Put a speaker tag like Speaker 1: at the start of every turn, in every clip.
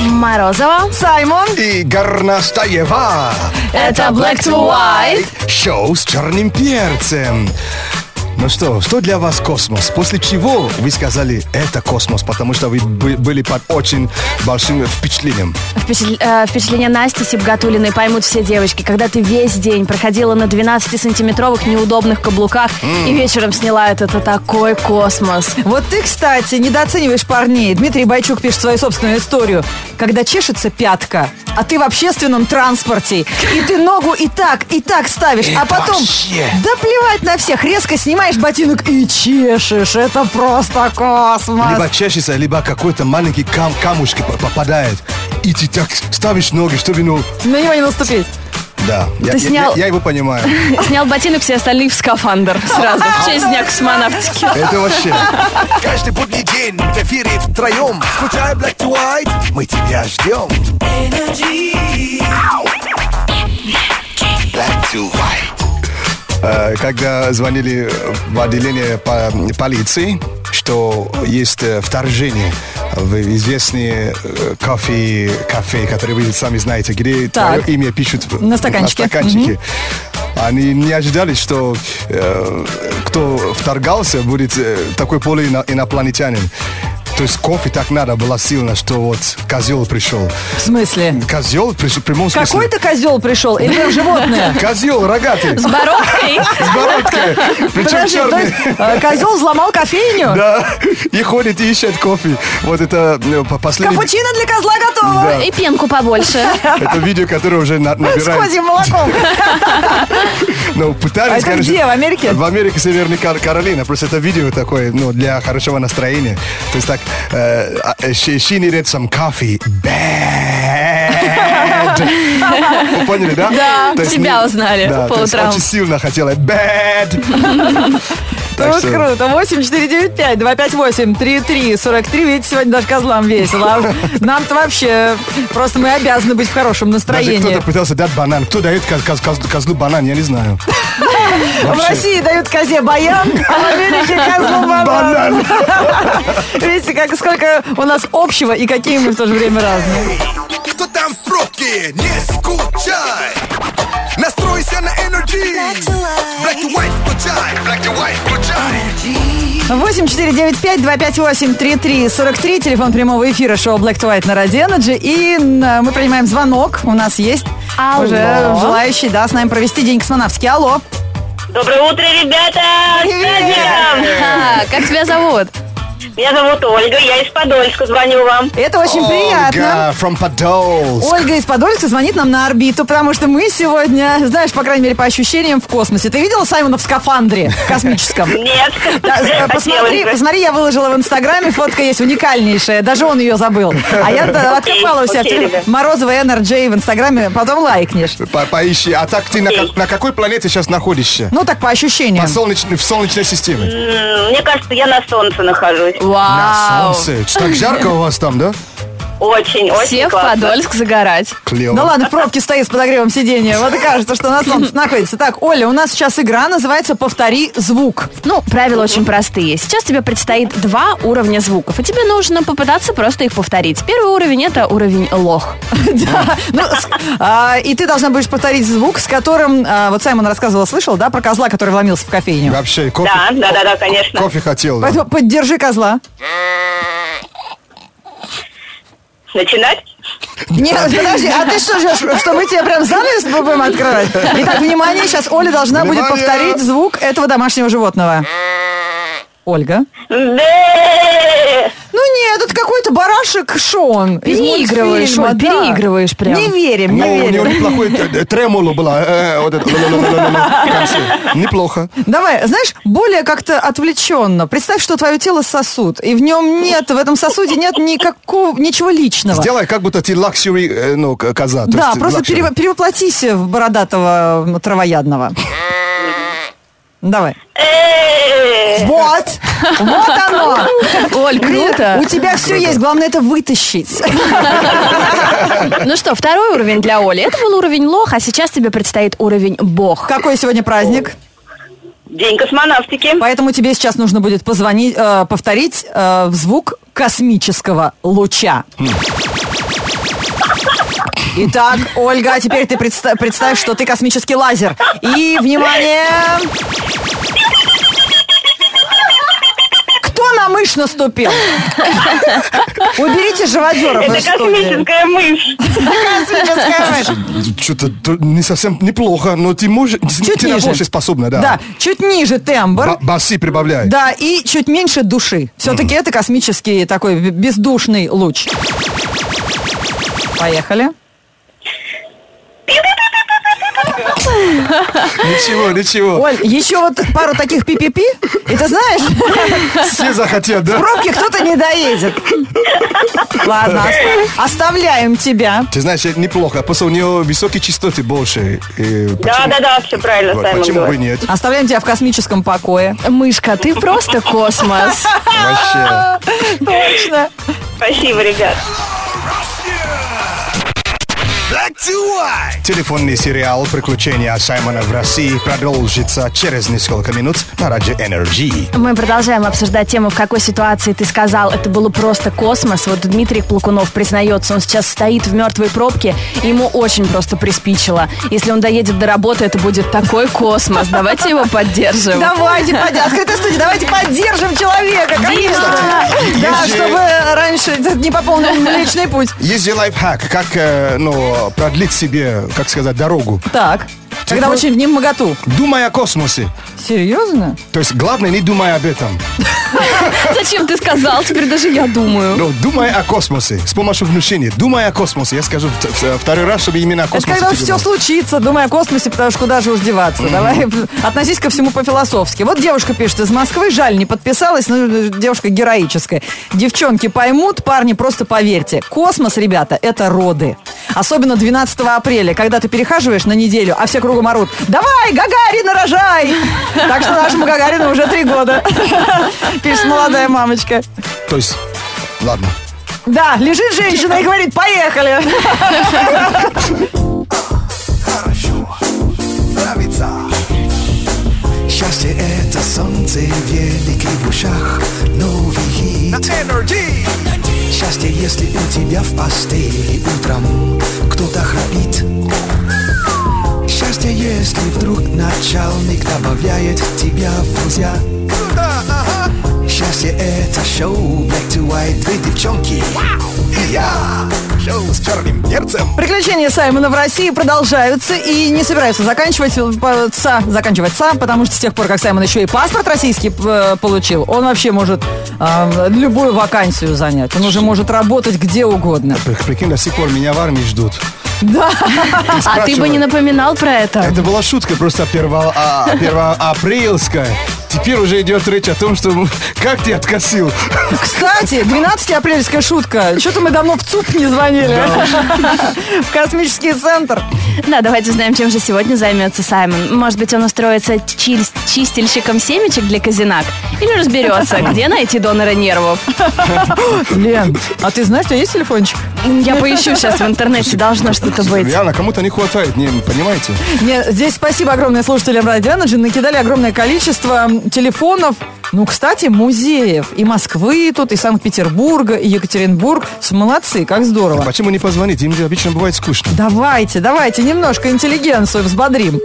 Speaker 1: Морозова.
Speaker 2: Саймон и Горностаева.
Speaker 1: Это Black to White.
Speaker 2: Шоу с черным перцем. Ну что, что для вас космос? После чего вы сказали «это космос», потому что вы бы- были под очень большим впечатлением.
Speaker 1: Впечатл- э, Впечатление Насти Сибгатулиной поймут все девочки, когда ты весь день проходила на 12-сантиметровых неудобных каблуках и вечером сняла это, это такой космос.
Speaker 3: Вот ты, кстати, недооцениваешь парней. Дмитрий Байчук пишет свою собственную историю. Когда чешется пятка, а ты в общественном транспорте, и ты ногу и так, и так ставишь, а потом...
Speaker 2: вообще.
Speaker 3: Да плевать на всех, резко снимаешь ботинок и чешешь. Это просто космос.
Speaker 2: Либо чешется, либо какой-то маленький кам камушки по- попадает. И ты так ставишь ноги, чтобы, ну,
Speaker 3: На него не наступить.
Speaker 2: да, я,
Speaker 1: Ты
Speaker 2: я-
Speaker 1: снял-
Speaker 2: я- я его понимаю.
Speaker 1: Снял ботинок, все остальные в скафандр сразу, в честь Дня космонавтики.
Speaker 2: Это вообще.
Speaker 4: Каждый будний день в эфире втроем. Включай Black to White, мы тебя ждем. Ау. Black to White.
Speaker 2: Э, Когда звонили в отделение по- полиции, что есть э, вторжение в известные э, кофе, кафе, которые вы сами знаете, где
Speaker 3: Так.
Speaker 2: твое имя пишут в-
Speaker 3: На стаканчике.
Speaker 2: на стаканчике. Они не ожидали, что э, кто вторгался, будет э, такой поле инопланетянин. То есть кофе так надо было сильно, что вот козел пришел.
Speaker 3: В смысле?
Speaker 2: Козел приш- в прямом смысле.
Speaker 3: Какой-то козел пришел, или прям животное?
Speaker 2: Козел рогатый.
Speaker 1: С бородкой.
Speaker 2: С бородкой. Причем
Speaker 3: Подожди, то
Speaker 2: черный.
Speaker 3: есть э, козел взломал кофейню?
Speaker 2: Да, и ходит и ищет кофе. Вот это ну, по- последний...
Speaker 3: Капучино для козла готово.
Speaker 2: Да,
Speaker 1: И пенку побольше.
Speaker 2: это видео, которое уже на- набирает.
Speaker 3: Сходим молоком.
Speaker 2: Ну, пытались,
Speaker 3: А это
Speaker 2: конечно,
Speaker 3: где, в Америке?
Speaker 2: В Америке, Северной Кар- Каролина. Просто это видео такое, ну, для хорошего настроения. То есть так, э, а, э, she, she needed some coffee. Bad. Вы поняли, да?
Speaker 1: Да,
Speaker 2: То есть
Speaker 1: тебя
Speaker 2: не-
Speaker 1: узнали
Speaker 2: да,
Speaker 1: по
Speaker 2: то есть
Speaker 1: утрам.
Speaker 2: Очень сильно хотела. Bad. Так
Speaker 3: Вот
Speaker 2: что-
Speaker 3: круто. 8 4 9 5 2 5 8 3 3 43. Видите, сегодня даже козлам весело. А Нам-то вообще просто мы обязаны быть в хорошем
Speaker 2: Даже
Speaker 3: настроении.
Speaker 2: кто-то пытался дать банан. Кто дает коз- коз- коз- козлу банан, я не знаю.
Speaker 3: В
Speaker 2: Вообще.
Speaker 3: А России дают козе баян, а в Америке козлу банан.
Speaker 2: Банан.
Speaker 3: Видите, как, сколько у нас общего и какие мы в то же время разные.
Speaker 4: Кто там в пробке? Не скучай. Настройся на энергии. Black to White включай. Black to White включай.
Speaker 3: 8 4 9 5 2 5 8 3 3 43. Телефон прямого эфира шоу Black to White на Radio Energy. И м, мы принимаем звонок. У нас есть
Speaker 1: Алло.
Speaker 3: уже желающий, да, с нами провести день космонавтский. Алло.
Speaker 5: Доброе утро, ребята! С праздником!
Speaker 1: А, Как тебя зовут?
Speaker 5: Меня зовут Ольга, я из Подольска, звоню вам.
Speaker 3: Это очень приятно.
Speaker 2: Ольга from Podolsk.
Speaker 3: Ольга из Подольска звонит нам на орбиту, потому что мы сегодня, знаешь, по крайней мере, по ощущениям в космосе. Ты видела Саймона в скафандре космическом?
Speaker 5: Нет,
Speaker 3: Да, э, Посмотри,
Speaker 5: хотелось бы.
Speaker 3: посмотри, я выложила в Инстаграме, фотка есть уникальнейшая, даже он ее забыл. А я да,
Speaker 5: Окей,
Speaker 3: откопала у себя в
Speaker 5: окей,
Speaker 3: теле-
Speaker 5: ребят.
Speaker 3: Морозова Energy в Инстаграме, потом лайкнешь.
Speaker 2: По- Поищи. А так ты на,
Speaker 5: Окей.
Speaker 2: как- на какой планете сейчас находишься?
Speaker 3: Ну, так по ощущениям.
Speaker 2: По солнечной- в солнечной системе.
Speaker 5: М, Мне кажется, я на солнце нахожусь.
Speaker 1: Вау.
Speaker 2: На солнце. Что, Так жарко у вас там, да?
Speaker 5: Очень, очень
Speaker 1: Всех в
Speaker 5: классно.
Speaker 1: Подольск загорать.
Speaker 2: Клево.
Speaker 3: Ну ладно, в пробке стоит с подогревом сиденья. Вот и кажется, что на солнце находится. Так, Оля, у нас сейчас игра называется «Повтори звук».
Speaker 1: Ну, правила очень простые. Сейчас тебе предстоит два уровня звуков, и тебе нужно попытаться просто их повторить. Первый уровень — это уровень лох.
Speaker 3: Да. Ну, с- а, и ты должна будешь повторить звук, с которым, а, вот Саймон рассказывал, слышал, да, про козла, который вломился в кофейню.
Speaker 2: Вообще, кофе,
Speaker 5: Да, да, да, да, конечно.
Speaker 2: кофе хотел. да.
Speaker 3: Поэтому поддержи козла.
Speaker 5: Начинать?
Speaker 3: Нет, подожди, а ты что ждешь, что мы тебе прям занавес будем открывать? Итак, внимание, сейчас Оля должна будет
Speaker 2: Внимание!
Speaker 3: повторить звук этого домашнего животного. Ольга?
Speaker 5: Да!
Speaker 3: Ну нет, это какой-то барашек Шон. из
Speaker 1: Переигрываешь,
Speaker 3: мультфильма,
Speaker 1: Оль,
Speaker 3: да.
Speaker 1: переигрываешь прям.
Speaker 3: Не верим,
Speaker 2: Ну,
Speaker 3: не
Speaker 2: у него
Speaker 3: верим.
Speaker 2: неплохой э, э, тремоло была. э, э, вот это, ла-ла-ла-ла-ла-ла, в конце. Неплохо.
Speaker 3: Давай, знаешь, более как-то отвлеченно. Представь, что твое тело сосуд, и в нем нет, в этом сосуде нет никакого, ничего личного.
Speaker 2: Сделай, как будто ты лакшери, э, ну, к- коза. то
Speaker 3: Да,
Speaker 2: есть
Speaker 3: просто
Speaker 2: лакшери.
Speaker 3: пере- перевоплотись в бородатого м, травоядного. Давай.
Speaker 5: Э!
Speaker 3: Вот! Вот оно!
Speaker 1: Оль,
Speaker 3: Привет.
Speaker 1: круто!
Speaker 3: У тебя все есть, главное это вытащить.
Speaker 1: Ну что, второй уровень для Оли. Это был уровень лох, а сейчас тебе предстоит уровень бог.
Speaker 3: Какой сегодня праздник?
Speaker 5: День космонавтики.
Speaker 3: Поэтому тебе сейчас нужно будет позвонить, э, повторить э, в звук космического луча. Итак, Ольга, теперь ты предста- представь, что ты космический лазер. И, внимание! Кто на мышь наступил? Уберите живодеров
Speaker 5: Это
Speaker 3: из студии.
Speaker 5: космическая мышь.
Speaker 3: Космическая мышь.
Speaker 2: Что-то не совсем неплохо, но ты можешь...
Speaker 3: Чуть
Speaker 2: ты на
Speaker 3: ниже.
Speaker 2: больше способна, да.
Speaker 3: Да, чуть ниже тембр.
Speaker 2: Ба- Баси прибавляй.
Speaker 3: Да, и чуть меньше души. Все-таки это космический такой б- бездушный луч. Поехали.
Speaker 2: Ничего, ничего.
Speaker 3: Оль, еще вот пару таких пи-пи-пи, и ты знаешь,
Speaker 2: Все захотят,
Speaker 3: в
Speaker 2: да?
Speaker 3: пробке кто-то не доедет. Ладно, ост- оставляем тебя.
Speaker 2: Ты знаешь, это неплохо. Просто у нее высокие частоты больше. И
Speaker 5: Да,
Speaker 2: почему-
Speaker 5: да, да, все правильно,
Speaker 2: Вот,
Speaker 5: Саймон
Speaker 2: Почему бы и нет?
Speaker 5: говорит.
Speaker 3: Оставляем тебя в космическом покое.
Speaker 1: Мышка, ты просто космос.
Speaker 3: А!
Speaker 2: Вообще.
Speaker 3: Точно.
Speaker 5: Спасибо, ребят.
Speaker 4: Black to white.
Speaker 2: Телефонный сериал «Приключения Саймона в России» продолжится через несколько минут на Радио Энерджи.
Speaker 1: Мы продолжаем обсуждать тему, в какой ситуации ты сказал, это было просто космос. Вот Дмитрий Плакунов признается, он сейчас стоит в мертвой пробке, и ему очень просто приспичило. Если он доедет до работы, это будет такой космос. Давайте его поддержим.
Speaker 3: Давайте, под- открытая студия, давайте поддержим человека, конечно. Да,
Speaker 2: Если-
Speaker 3: чтобы раньше не пополнил Млечный путь.
Speaker 2: Есть же лайфхак, как э, ну, продлить себе, как сказать, дорогу.
Speaker 3: Так, когда
Speaker 2: Типа-
Speaker 3: очень в ним моготу.
Speaker 2: Думай о космосе.
Speaker 3: Серьезно?
Speaker 2: То есть главное, не думай об этом.
Speaker 1: Зачем ты сказал? Теперь даже я думаю.
Speaker 2: Но Ну, думай о космосе с помощью внушения. Думай о космосе. Я скажу в- в- второй раз, чтобы именно о
Speaker 3: Это
Speaker 2: космосе.
Speaker 3: когда
Speaker 2: ты
Speaker 3: все
Speaker 2: думал.
Speaker 3: случится, думай о космосе, потому что куда же уж деваться. Давай относись ко всему по-философски. Вот девушка пишет из Москвы, жаль, не подписалась, но э, девушка героическая. Девчонки поймут, парни, просто поверьте. Космос, ребята, это роды. Особенно 12 апреля, когда ты перехаживаешь на неделю, а все кругом орут. Давай, Гагарина, рожай! Так что нашему Гагарину уже три года. Пишет молодая мамочка.
Speaker 2: То есть, ладно.
Speaker 3: Да, лежит женщина и говорит, поехали.
Speaker 4: Хорошо. Нравится. Счастье это солнце, великий в ушах, новый хит. Счастье, если у тебя в постели утром кто-то храпит. Счастье, если вдруг начальник добавляет тебя в друзья. Счастье это шоу Black to White, две девчонки и я. Шоу с черным перцем.
Speaker 3: Приключения Саймона в России продолжаются и не собираются заканчиваться, заканчиваться, потому что с тех пор, как Саймон еще и паспорт российский э, получил, он вообще может э, любую вакансию занять. Он уже может работать где угодно.
Speaker 2: При- Прикинь, до сих пор меня в армии ждут.
Speaker 3: Да.
Speaker 1: А ты бы не напоминал про это?
Speaker 2: Это была шутка просто перво- а, первоапрельская. Теперь уже идет речь о том, что как ты откосил.
Speaker 3: Кстати, 12 апрельская шутка. Что-то мы давно в ЦУП не звонили. В космический центр.
Speaker 1: Да, давайте узнаем, чем же сегодня займется Саймон. Может быть, он устроится чиль- чистильщиком семечек для казинак? Или разберется, где найти донора нервов?
Speaker 3: Лен, а ты знаешь, у тебя есть телефончик?
Speaker 1: Я поищу сейчас в интернете, должно что-то быть.
Speaker 2: Реально, кому-то не хватает, не, понимаете?
Speaker 3: Нет, здесь спасибо огромное слушателям Радио Energy. Накидали огромное количество м, телефонов. Ну, кстати, музеев. И Москвы тут, и Санкт-Петербурга, и Екатеринбург. С- Молодцы, как здорово.
Speaker 2: Почему не позвонить? Им же обычно бывает скучно.
Speaker 3: Давайте, давайте, немножко интеллигенцию взбодрим.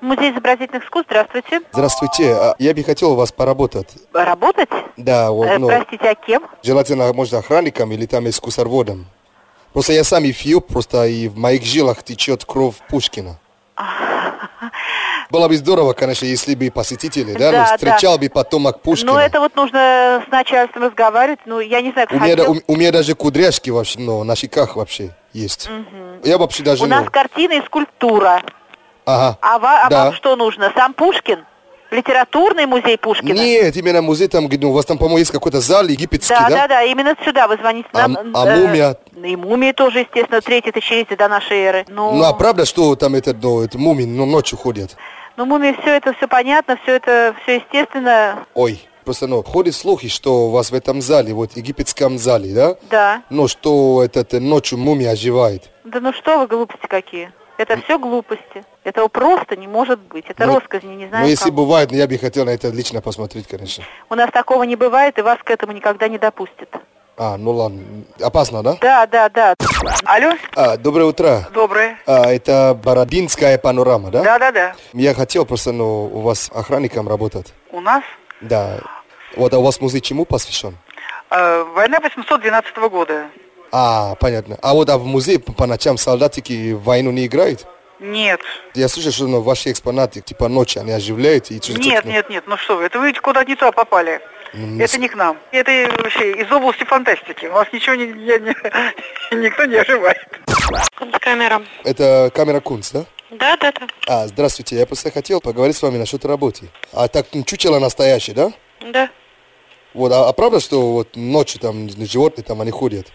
Speaker 6: Музей изобразительных искусств, здравствуйте.
Speaker 2: Здравствуйте, а я бы хотел у вас поработать.
Speaker 6: Работать?
Speaker 2: Да, вот,
Speaker 6: Э,
Speaker 2: ну,
Speaker 6: Простите, а кем?
Speaker 2: желательно, может, охранником или там экскурсоводом. Просто я сам и фью, просто и в моих жилах течет кровь Пушкина. Было бы здорово, конечно, если бы посетители, да,
Speaker 6: Да,
Speaker 2: ну,
Speaker 6: да.
Speaker 2: встречал бы потомок Пушкина.
Speaker 6: Ну, это вот нужно с начальством разговаривать. Ну, я не знаю,
Speaker 2: у,
Speaker 6: как
Speaker 2: меня, да-
Speaker 6: хотел.
Speaker 2: у, у меня даже кудряшки вообще, ну, на щеках вообще есть. Я вообще даже,
Speaker 6: У
Speaker 2: ну,
Speaker 6: нас картина и скульптура.
Speaker 2: ага.
Speaker 6: А, ва- а
Speaker 2: Да.
Speaker 6: вам что нужно? Сам Пушкин? Литературный музей Пушкина?
Speaker 2: Нет, именно музей там, где, ну, у вас там, по-моему, есть какой-то зал египетский, да?
Speaker 6: Да, да, да, именно сюда вы звоните
Speaker 2: А
Speaker 6: нам. Э,
Speaker 2: м- а мумия?
Speaker 6: И мумия тоже, естественно, третье тысячелетие до нашей эры. Ну,
Speaker 2: Ну, а правда, что там этот, ну, это мумий, ну, ночью ходят?
Speaker 6: ну, мумия, все это, все понятно, все это, все естественно,
Speaker 2: Ой, просто ну, ходят слухи, что у вас в этом зале, вот египетском зале, да?
Speaker 6: да.
Speaker 2: Ну, что этот э, ночью мумия оживает.
Speaker 6: Да ну что вы, глупости какие. Это все глупости. Этого просто не может быть. Это
Speaker 2: Ну,
Speaker 6: роскозь, я не знаю.
Speaker 2: ну, если
Speaker 6: кого.
Speaker 2: бывает, я бы хотел на это лично посмотреть, конечно.
Speaker 6: У нас такого не бывает, и вас к этому никогда не допустят.
Speaker 2: А, ну ладно. Опасно, да?
Speaker 6: Да, да, да. Алло,
Speaker 2: А, доброе утро.
Speaker 6: доброе.
Speaker 2: А, это Бородинская панорама, да?
Speaker 6: Да, да, да.
Speaker 2: Я хотел просто, ну, у вас охранником работать.
Speaker 6: У нас
Speaker 2: Да. Вот, а у вас музей чему посвящен?
Speaker 6: э, война 812 года.
Speaker 2: А, понятно. А вот а в музее по по ночам солдатики в войну не играют?
Speaker 6: Нет.
Speaker 2: Я слышал, что ну, ваши экспонаты, типа, ночи они оживляют и что-то...
Speaker 6: Нет, нет, нет, ну что вы, это вы куда не туда попали.
Speaker 2: Ну,
Speaker 6: Это не к нам. Это вообще из области фантастики. У нас ничего не, не- не- никто не оживает.
Speaker 7: Камера.
Speaker 2: Это камера Кунц, да?
Speaker 7: Да, да, да.
Speaker 2: А, здравствуйте, я просто хотел поговорить с вами насчет работы. А так, ну, чучело настоящее, да?
Speaker 7: Да.
Speaker 2: Вот, а, а правда, что вот ночью там животные там они ходят?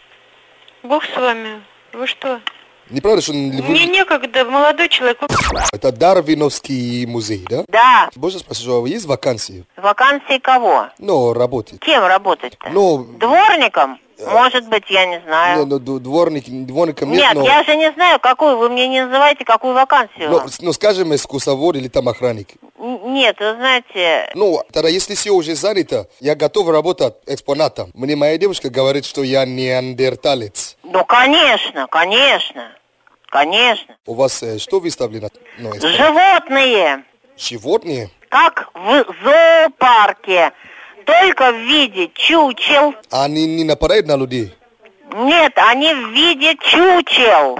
Speaker 7: Бог с вами. Вы что?
Speaker 2: Не правда, что вы-
Speaker 7: Мне некогда, молодой человек. вы-
Speaker 2: это Дарвиновский музей, да?
Speaker 5: Да.
Speaker 2: Боже, спрошу, а вы есть вакансии?
Speaker 5: Вакансии кого?
Speaker 2: Ну, работы.
Speaker 5: Кем работать-то?
Speaker 2: Ну,
Speaker 5: Дворником? Может быть, я не
Speaker 2: не,
Speaker 5: знаю.
Speaker 2: ну, ду- дворник, дворником нет,
Speaker 5: Нет,
Speaker 2: но...
Speaker 5: я же не знаю, какую вы мне не называете, какую вакансию.
Speaker 2: но, с- ну, скажем, искусовод или там охранник.
Speaker 5: Н- Нет, вы знаете,
Speaker 2: Ну, тогда если все уже занято, я готов работать экспонатом. Мне моя девушка говорит, что я неандерталец.
Speaker 5: ну конечно, конечно, конечно.
Speaker 2: У вас э, что выставлено? Ну, экспонат?
Speaker 5: Животные,
Speaker 2: Животные?
Speaker 5: как в зоопарке, только в виде чучел.
Speaker 2: Они не нападают на людей.
Speaker 5: Нет, они в виде чучел.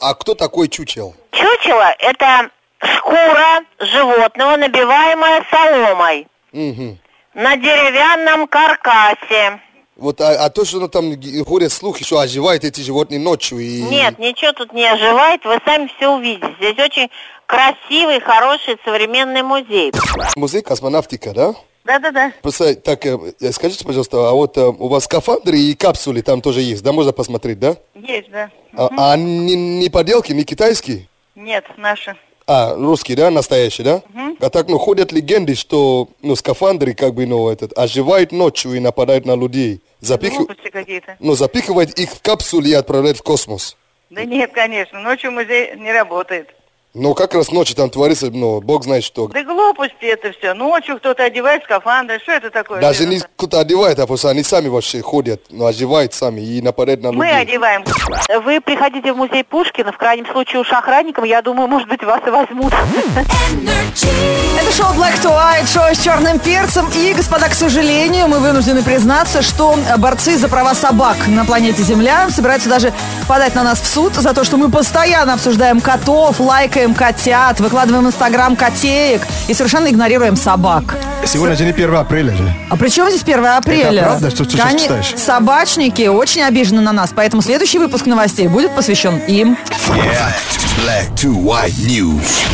Speaker 2: А кто такой чучел?
Speaker 5: Чучело – это шкура животного, набиваемая соломой
Speaker 2: Мгм.
Speaker 5: на деревянном каркасе.
Speaker 2: Вот, а, а то, что ну, там ги- ходят слухи, что оживают эти животные ночью и...
Speaker 5: Нет, ничего тут не оживает, вы сами все увидите. Здесь очень красивый, хороший современный музей.
Speaker 2: Музей космонавтика, да?
Speaker 5: Да-да-да.
Speaker 2: Просто так, э, э, скажите, пожалуйста, а вот э, у вас скафандры и капсули там тоже есть, да, можно посмотреть, да?
Speaker 6: Есть, да.
Speaker 2: А, а они не поделки, не китайские?
Speaker 6: Нет, наши.
Speaker 2: А, русские, да, настоящие, да? А так, ну, ходят легенды, что, ну, скафандры, как бы, ну, этот, оживают ночью и нападают на людей. Запихи...
Speaker 6: Глупости какие-то.
Speaker 2: Ну, запихивают их в капсулы и отправляют в космос.
Speaker 6: Да нет, конечно, ночью музей не работает.
Speaker 2: Ну, как раз ночью там творится, ну, бог знает что.
Speaker 6: Да глупости это все. Ночью кто-то одевает скафандры. Что это такое?
Speaker 2: Даже не
Speaker 6: Ерунда.
Speaker 2: кто-то одевает, а просто они сами вообще ходят, ну, оживают сами и нападают на
Speaker 6: Мы
Speaker 2: людей.
Speaker 6: одеваем.
Speaker 7: Вы приходите в музей Пушкина, в крайнем случае уж охранником, я думаю, может быть, вас и возьмут.
Speaker 3: Это шоу Black to White, шоу с черным перцем. И, господа, к сожалению, мы вынуждены признаться, что э, борцы за права собак на планете Земля собираются даже подать на нас в суд за то, что мы постоянно обсуждаем котов, лайкаем котят, выкладываем в Инстаграм котеек и совершенно игнорируем собак.
Speaker 4: Сегодня же не 1 апреля же.
Speaker 3: А при чем здесь 1 апреля?
Speaker 4: Это правда, что ты сейчас
Speaker 3: Кони-
Speaker 4: читаешь?
Speaker 3: Собачники очень обижены на нас, поэтому следующий выпуск новостей будет посвящен им.
Speaker 8: Black to white news.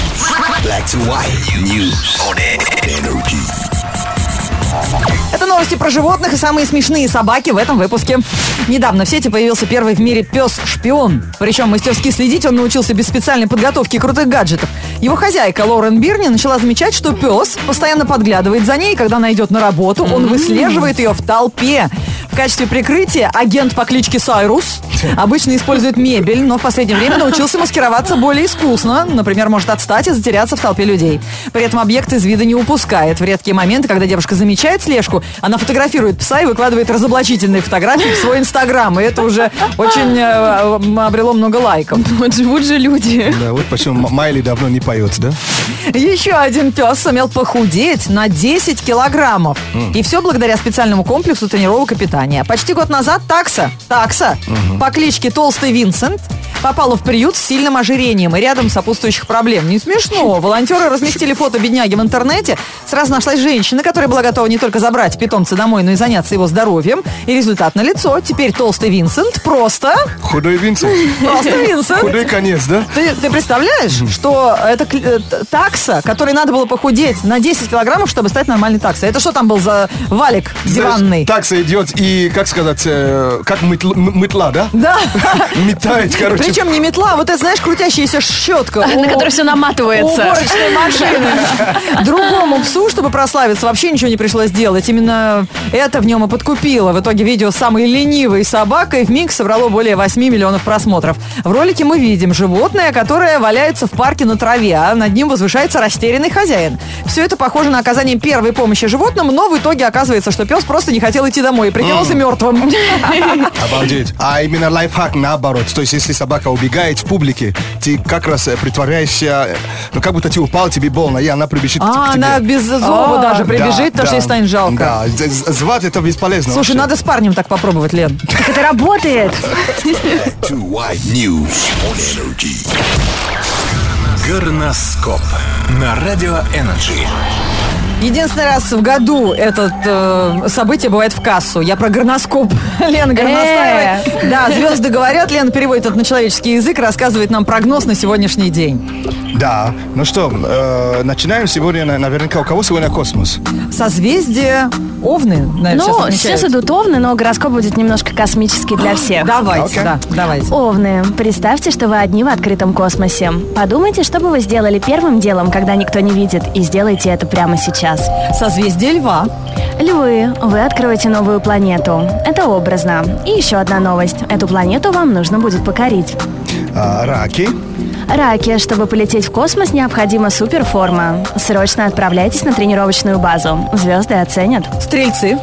Speaker 8: Black to white news on energy.
Speaker 3: Это новости про животных и самые смешные собаки в этом выпуске. Недавно в сети появился первый в мире пес-шпион. Причем мастерски следить он научился без специальной подготовки и крутых гаджетов. Его хозяйка Лорен Бирни начала замечать, что пес постоянно подглядывает за ней, и когда она идет на работу, он выслеживает ее в толпе. В качестве прикрытия агент по кличке Сайрус обычно использует мебель, но в последнее время научился маскироваться более искусно. Например, может отстать и затеряться в толпе людей. При этом объект из вида не упускает. В редкие моменты, когда девушка замечает слежку, она фотографирует пса и выкладывает разоблачительные фотографии в свой инстаграм. И это уже очень э, м, обрело много лайков.
Speaker 9: Вот живут же люди.
Speaker 4: Да, вот почему М- Майли давно не поет, да?
Speaker 3: Еще один пес сумел похудеть на 10 килограммов. И все благодаря специальному комплексу тренировок и питания. Почти год назад такса, такса по кличке Толстый Винсент попала в приют с сильным ожирением и рядом сопутствующих проблем. Не смешно. Волонтеры разместили фото бедняги в интернете. Сразу нашлась женщина, которая была готова не только забрать питомца домой, но и заняться его здоровьем. И результат налицо. Теперь Толстый Винсент просто...
Speaker 4: Худой Винсент.
Speaker 3: Просто Винсент.
Speaker 4: Худой конец, да?
Speaker 3: Ты, ты представляешь, что это кл- э, т- такса, которой надо было похудеть на 10 килограммов, чтобы стать нормальной таксой? Это что там был за валик диванный?
Speaker 4: Такса идет и, как сказать, э, как мытл- м- мытла, да?
Speaker 3: Да.
Speaker 4: Метает, короче.
Speaker 3: Причем не метла, а вот это, знаешь, крутящаяся щетка.
Speaker 1: на
Speaker 3: у-
Speaker 1: которой все наматывается.
Speaker 3: Уборочной машины. Другому псу, чтобы прославиться, вообще ничего не пришлось делать. Именно это в нем и подкупило. В итоге видео с самой ленивой собакой в миг собрало более 8 миллионов просмотров. В ролике мы видим животное, которое валяется в парке на траве, а над ним возвышается растерянный хозяин. Все это похоже на оказание первой помощи животному, но в итоге оказывается, что пес просто не хотел идти домой и прикинулся мертвым.
Speaker 2: Обалдеть. А именно лайфхак наоборот. То есть, если собака убегает в публике, ты как раз э, притворяешься, э, ну, как будто ты упал, тебе больно, и она прибежит к
Speaker 3: А,
Speaker 2: Типа тебе.
Speaker 3: она без зова
Speaker 1: А,
Speaker 3: даже
Speaker 2: Да,
Speaker 3: прибежит, потому что
Speaker 2: да,
Speaker 3: ей станет жалко.
Speaker 2: Да, З- з- звать это бесполезно.
Speaker 3: Слушай, надо с парнем так попробовать, Лен.
Speaker 1: Так это работает.
Speaker 10: Two White News on Energy. Горноскоп на радио Energy.
Speaker 3: Единственный раз в году это э, событие бывает в кассу. Я про горноскоп. Лена Горностаева.
Speaker 1: Э.
Speaker 3: Да, звезды говорят. Лена переводит это на человеческий язык, рассказывает нам прогноз на сегодняшний день.
Speaker 2: Да. Ну что, э, начинаем сегодня, на- наверняка, у кого сегодня космос?
Speaker 3: Созвездие Овны, наверное, сейчас
Speaker 1: Ну,
Speaker 3: отмечают.
Speaker 1: сейчас идут овны, но гороскоп будет немножко космический для всех.
Speaker 3: Давайте,
Speaker 2: Окей.
Speaker 3: да, давайте.
Speaker 1: Овны, представьте, что вы одни в открытом космосе. Подумайте, что бы вы сделали первым делом, когда никто не видит, и сделайте это прямо сейчас.
Speaker 3: Созвездие Льва.
Speaker 1: Львы, вы откроете новую планету. Это образно. И еще одна новость. Эту планету вам нужно будет покорить.
Speaker 2: А, раки.
Speaker 1: Раки, чтобы полететь в космос, необходима суперформа. Срочно отправляйтесь на тренировочную базу. Звезды оценят.
Speaker 3: Стрельцы.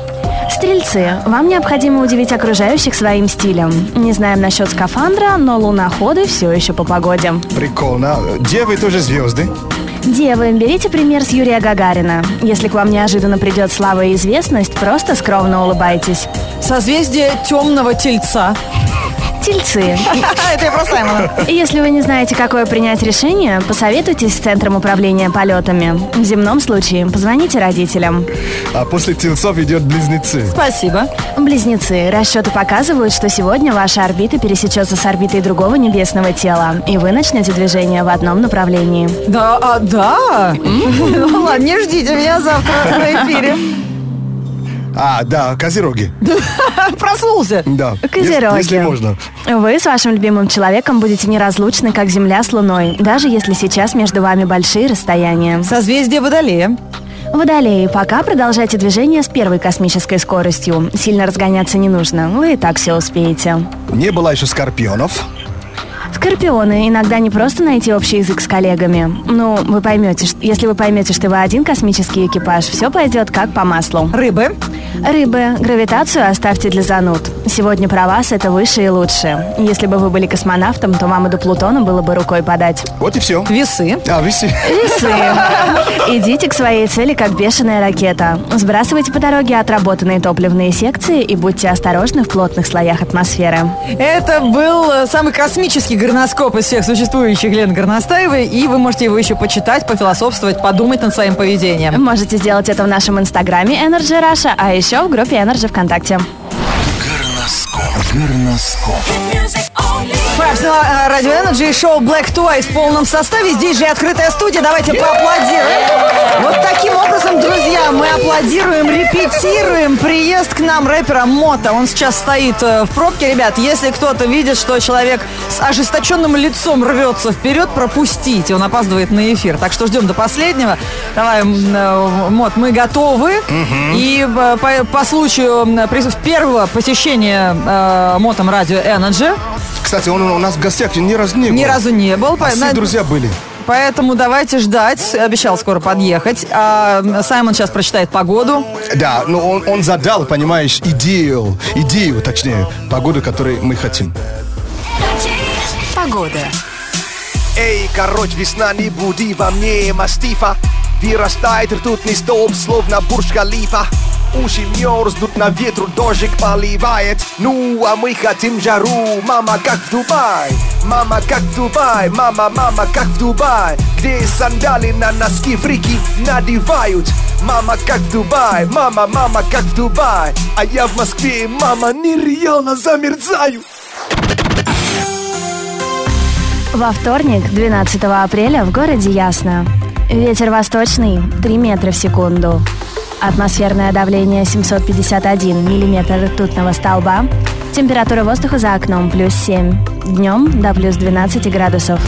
Speaker 1: Стрельцы, вам необходимо удивить окружающих своим стилем. Не знаем насчет скафандра, но луноходы все еще по погоде.
Speaker 2: Прикольно. Девы тоже звезды.
Speaker 1: Девы, берите пример с Юрия Гагарина. Если к вам неожиданно придет слава и известность, просто скромно улыбайтесь.
Speaker 3: Созвездие темного тельца.
Speaker 1: Тельцы,
Speaker 3: Это я про Саймона.
Speaker 1: И Если вы не знаете, какое принять решение, посоветуйтесь с Центром управления полетами. В земном случае позвоните родителям.
Speaker 2: А после тельцов идет близнецы.
Speaker 3: Спасибо.
Speaker 1: Близнецы, расчеты показывают, что сегодня ваша орбита пересечется с орбитой другого небесного тела, и вы начнете движение в одном направлении.
Speaker 3: Да, а, да. Ну ладно, не ждите меня завтра на эфире.
Speaker 2: А, да, козероги.
Speaker 3: Проснулся.
Speaker 2: Да. Е-
Speaker 1: Козероги.
Speaker 2: Если можно.
Speaker 1: Вы с вашим любимым человеком будете неразлучны, как Земля с Луной, даже если сейчас между вами большие расстояния.
Speaker 3: Созвездие Водолея.
Speaker 1: Водолеи, пока продолжайте движение с первой космической скоростью. Сильно разгоняться не нужно, вы и так все успеете.
Speaker 2: Не было еще скорпионов.
Speaker 1: Скорпионы, иногда не просто найти общий язык с коллегами. Ну, вы поймете, ш- если вы поймете, что вы один космический экипаж, все пойдет как по маслу.
Speaker 3: Рыбы.
Speaker 1: Рыбы, гравитацию оставьте для зануд. Сегодня про вас это выше и лучше. Если бы вы были космонавтом, то вам и до Плутона было бы рукой подать.
Speaker 2: Вот и все.
Speaker 3: Весы.
Speaker 2: А, виси.
Speaker 1: Весы. Идите к своей цели, как бешеная ракета. Сбрасывайте по дороге отработанные топливные секции и будьте осторожны в плотных слоях атмосферы.
Speaker 3: Это был э, самый космический горноскоп из всех существующих Лен Горностаевой, и вы можете его еще почитать, пофилософствовать, подумать над своим поведением.
Speaker 1: Можете сделать это в нашем инстаграме Energy Russia, а еще в группе Energy ВКонтакте.
Speaker 10: Горноскоп. Горноскоп.
Speaker 3: Правильно, э, радио Energy и шоу Black to White в полном составе. Здесь же и открытая студия. Давайте поаплодируем. Вот таким образом, друзья, мы аплодируем, репетируем приезд к нам рэпера Мота. Он сейчас стоит э, в пробке. Ребят, если кто-то видит, что человек с ожесточенным лицом рвется вперед, пропустите. Он опаздывает на эфир. Так что ждем до последнего. Давай, м, э, Мот, мы готовы. И э, по, по случаю м, прису- первого посещения э, Мотом радио Energy
Speaker 2: Кстати, он у нас в гостях ни разу не был.
Speaker 3: ни разу не был. По-
Speaker 2: Все
Speaker 3: на-
Speaker 2: друзья были.
Speaker 3: Поэтому давайте ждать. Обещал скоро подъехать. А, Саймон сейчас прочитает погоду.
Speaker 2: Да, но он, он задал, понимаешь, идею, идею, точнее, погоду, которую мы хотим.
Speaker 4: Эй, короче, весна, не буди во мне мастифа Вырастает ртутный столб, словно бурж-халифа Уши мерзнут, на ветру дождик поливает Ну, а мы хотим жару, мама, как в Дубай Мама, как в Дубай, мама, мама, как в Дубай Где сандали на носки фрики надевают Мама, как в Дубай, мама, мама, как в Дубай А я в Москве, мама, нереально замерзаю
Speaker 1: Во вторник, 12 апреля, в городе Ясно. Ветер восточный 3 метра в секунду. Атмосферное давление 751 миллиметр ртутного столба. Температура воздуха за окном плюс 7. Днем до плюс 12 градусов.